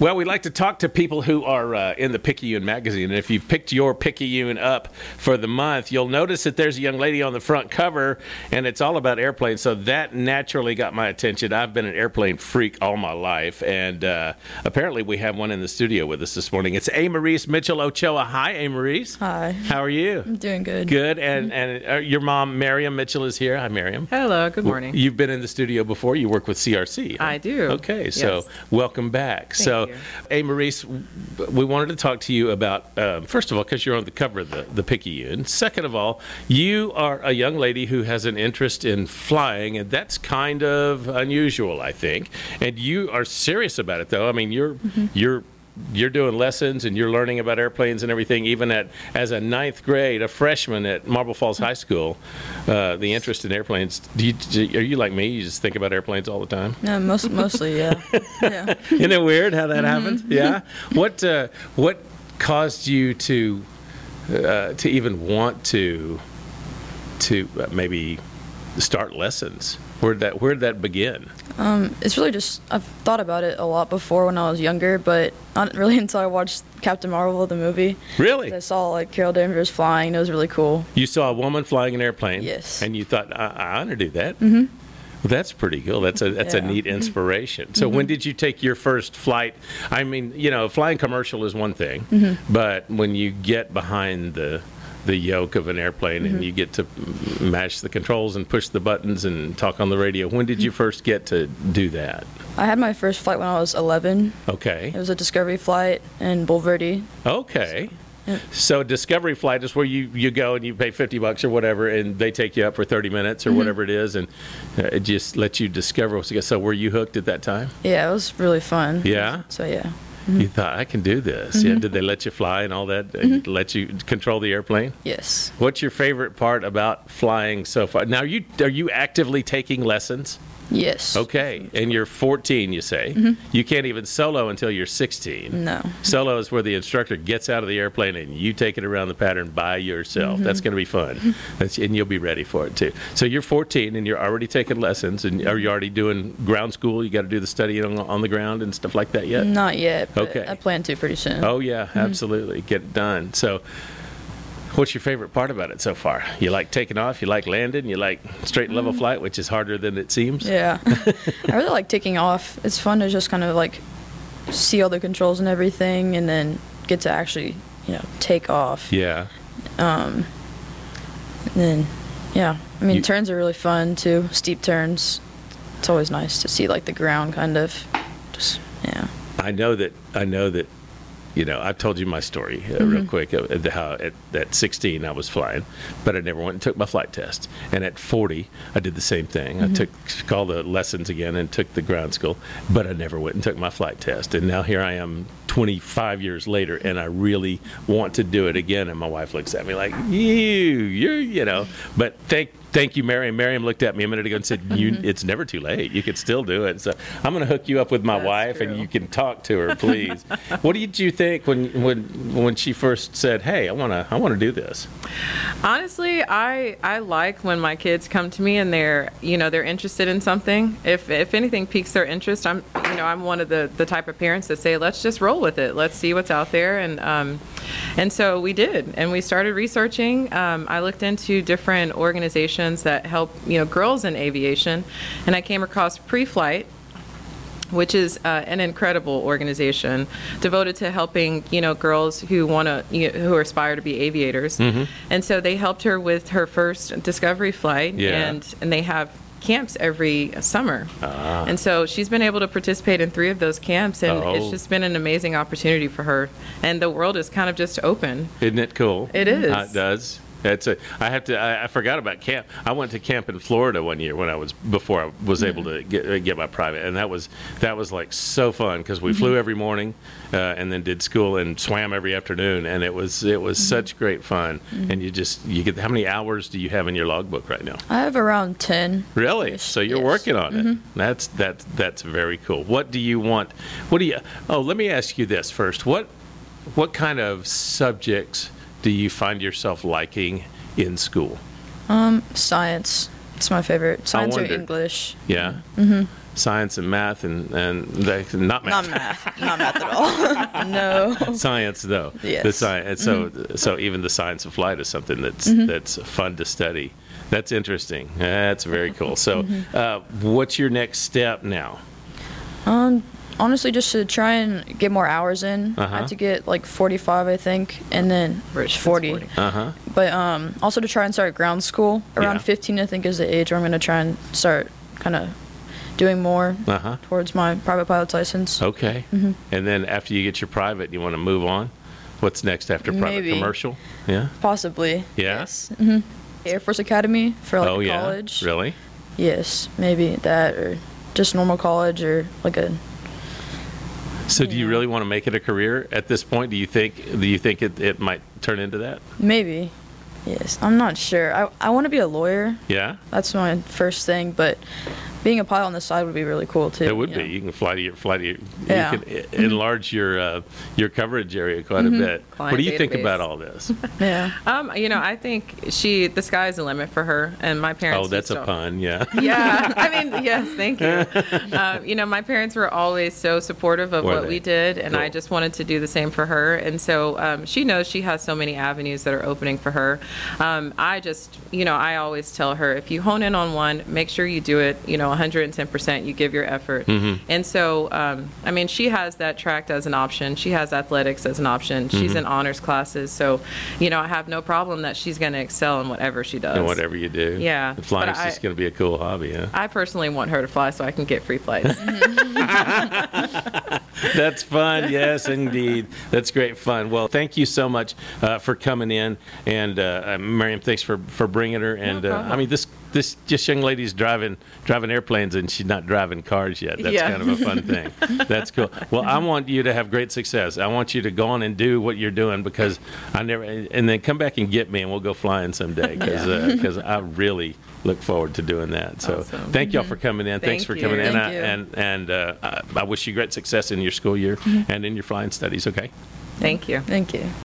Well, we like to talk to people who are uh, in the Picayune magazine. And if you've picked your Picayune up for the month, you'll notice that there's a young lady on the front cover, and it's all about airplanes. So that naturally got my attention. I've been an airplane freak all my life, and uh, apparently we have one in the studio with us this morning. It's A. Maurice Mitchell Ochoa. Hi, A. Maurice. Hi. How are you? I'm doing good. Good. And and uh, your mom, Miriam Mitchell, is here. Hi, Miriam. Hello, good morning. You've been in the studio before. You work with CRC. huh? I do. Okay, so Yes. welcome back. so, you. hey, Maurice, w- we wanted to talk to you about, um, first of all, because you're on the cover of the, the Picayune. Second of all, you are a young lady who has an interest in flying, and that's kind of unusual, I think. And you are serious about it, though. I mean, you're, Mm-hmm. you're, you're doing lessons and you're learning about airplanes and everything, even at as a ninth grade, a freshman at Marble Falls Mm-hmm. High School. Uh, the interest in airplanes. Do you, do- are you like me? You just think about airplanes all the time. No, most mostly, yeah. yeah. Isn't it weird how that happened? Yeah. What uh, what caused you to uh, to even want to to uh, maybe start lessons? Where would that where would that begin? It's really just I've thought about it a lot before when I was younger, but not really until I watched Captain Marvel the movie. Really? I saw like Carol Danvers flying. and It was really cool. You saw a woman flying an airplane. Yes. And you thought, I, I want to do that. Mm-hmm. Well, that's pretty cool. That's a that's a Yeah. Mm-hmm. neat inspiration. So when did you take your first flight? I mean, you know, flying commercial is one thing, Mm-hmm. but when you get behind the the yoke of an airplane Mm-hmm. and you get to m- mash the controls and push the buttons and talk on the radio, when did you Mm-hmm. first get to do that? I had my first flight when I was 11. It Okay. was a Discovery flight in Bulverde. Okay. So discovery flight is where you, you go and you pay 50 bucks or whatever and they take you up for 30 minutes or whatever it is and uh, it just lets you discover what's so were you hooked at that time? Yeah, it was really fun. Yeah? So yeah. You thought I can do this. Yeah, did they let you fly and all that? And Let you control the airplane? Yes. What's your favorite part about flying so far? Now you are you actively taking lessons? Yes. Okay. And you're 14, you say. You can't even solo until you're 16. Mm-hmm. No. Solo is where the instructor gets out of the airplane and you take it around the pattern by yourself. Mm-hmm. That's going to be fun. That's, and you'll be ready for it too. So you're 14 and you're already taking lessons and are you already doing ground school? You got to do the study on, on the ground and stuff like that yet? Not yet. But Okay. I plan to pretty soon. Oh yeah, absolutely. Get it done. So what's your favorite part about it so far? You like taking off, you like landing, you like straight and level flight, which is harder than it seems. Mm-hmm. Yeah. I really like taking off. It's fun to just kind of like see all the controls and everything and then get to actually, you know, take off. Yeah. And then, yeah. I mean, You- turns are really fun too. Steep turns. It's always nice to see like the ground kind of just, yeah. I know that I know that you know I've told you my story uh, Mm-hmm. real quick uh, uh, how at, at 16 I was flying but I never went and took my flight test and at 40 I did the same thing Mm-hmm. I took all the lessons again and took the ground school but I never went and took my flight test and now here I am 25 years later and I really want to do it again and my wife looks at me like you you're you know but thank Thank you, Miriam. Miriam looked at me a minute ago and said, you, Mm-hmm. "It's never too late. You could still do it." So I'm going to hook you up with my That's wife, and true. you can talk to her, please. what did you think when when when she first said, "Hey, I want to I want to do this"? Honestly, I I like when my kids come to me and they're you know they're interested in something. If if anything piques their interest, I'm you know I'm one of the the type of parents that say let's just roll with it. Let's see what's out there and um, and so we did and we started researching. Um, I looked into different organizations that help you know girls in aviation, and I came across Pre-Flight, which is uh, an incredible organization devoted to helping you know girls who want to you know, who aspire to be aviators Mm-hmm. and so they helped her with her first discovery flight Yeah. and and they have camps every summer Ah. and so she's been able to participate in three of those camps and Oh. it's just been an amazing opportunity for her and the world is kind of just open Isn't it cool? It is. Uh, it does. That's a. I have to. I, I forgot about camp. I went to camp in Florida one year when I was before I was able Mm-hmm. to get uh, get my private, and that was that was like so fun because Mm-hmm. we flew every morning, uh, and then did school and swam every afternoon, and it was it Mm-hmm. was such great fun. And you just you get how many hours do you have in your logbook right now? I have around 10. Really? Yes, So you're yes. working on it. That's that's that's very cool. What do you want? What do you? Oh, let me ask you this first. What what kind of subjects do you find yourself liking in school? Science. It's my favorite. Science or wondered. English. Yeah. Mm-hmm. science and math and and they, not math. Not math. Not math at all. no. Science, though, the Yes. science. So, so even the science of flight is something that's that's fun to study. That's interesting. That's very cool. So, uh, what's your next step now? Um, honestly, just to try and get more hours in. I Uh-huh. had to get like 45, I think, and then it's Rich, that's 40. 40. Uh huh. But um, also to try and start ground school around Yeah. 15, I think, is the age where I'm going to try and start kind of doing more Uh huh. towards my private pilot's license. Okay. And then after you get your private, you want to move on. What's next after private Maybe. commercial? Yeah. Possibly. Yeah? hmm Air Force Academy for like oh a yeah. college. Really? Yes, maybe that or just normal college or like a So, do you Yeah. really want to make it a career at this point? Do you think? Do you think it, it might turn into that? maybe. Yes, I'm not sure. I I want to be a lawyer. Yeah. That's my first thing, but being a pilot on the side would be really cool too. It would you be. know. You can fly to your fly to your. Yeah. You can e- enlarge your uh, your coverage area quite a bit. what Client do you think database. about all this? Yeah. Um, you know, I think she the sky's the limit for her and my parents. oh, that's used a to- pun. Yeah. yeah, I mean, yes, thank you. Um, you know, my parents were always so supportive of Were what they? we did, and I Cool. just wanted to do the same for her. And so um, she knows she has so many avenues that are opening for her. Um, I just, you know, I always tell her if you hone in on one, make sure you do it, you know, 110%, you give your effort. Mm-hmm. And so, um, I mean, she has that tracked as an option, she has athletics as an option, Mm-hmm. she's in honors classes. So, you know, I have no problem that she's going to excel in whatever she does. and whatever you do. Yeah, And Flying's but I- just going to be a cool hobby. Huh? I personally want her to fly so I can get free flights. That's fun. Yes, indeed. That's great fun. Well, thank you so much uh, for coming in, and uh, uh, Miriam, thanks for, for bringing her. And uh, I problem. mean, this this this young lady's driving driving airplanes, and she's not driving cars yet. That's Yeah. kind of a fun thing. That's cool. Well, I want you to have great success. I want you to go on and do what you're doing because I never, and then come back and get me, and we'll go flying someday because because I really look forward to doing that. So Awesome. Mm-hmm. thank y'all for coming in. thanks Thank for you. coming in. Thank I- you. and and uh, I, I wish you great success in your school year and in your flying studies. Okay. Thank you. Thank you.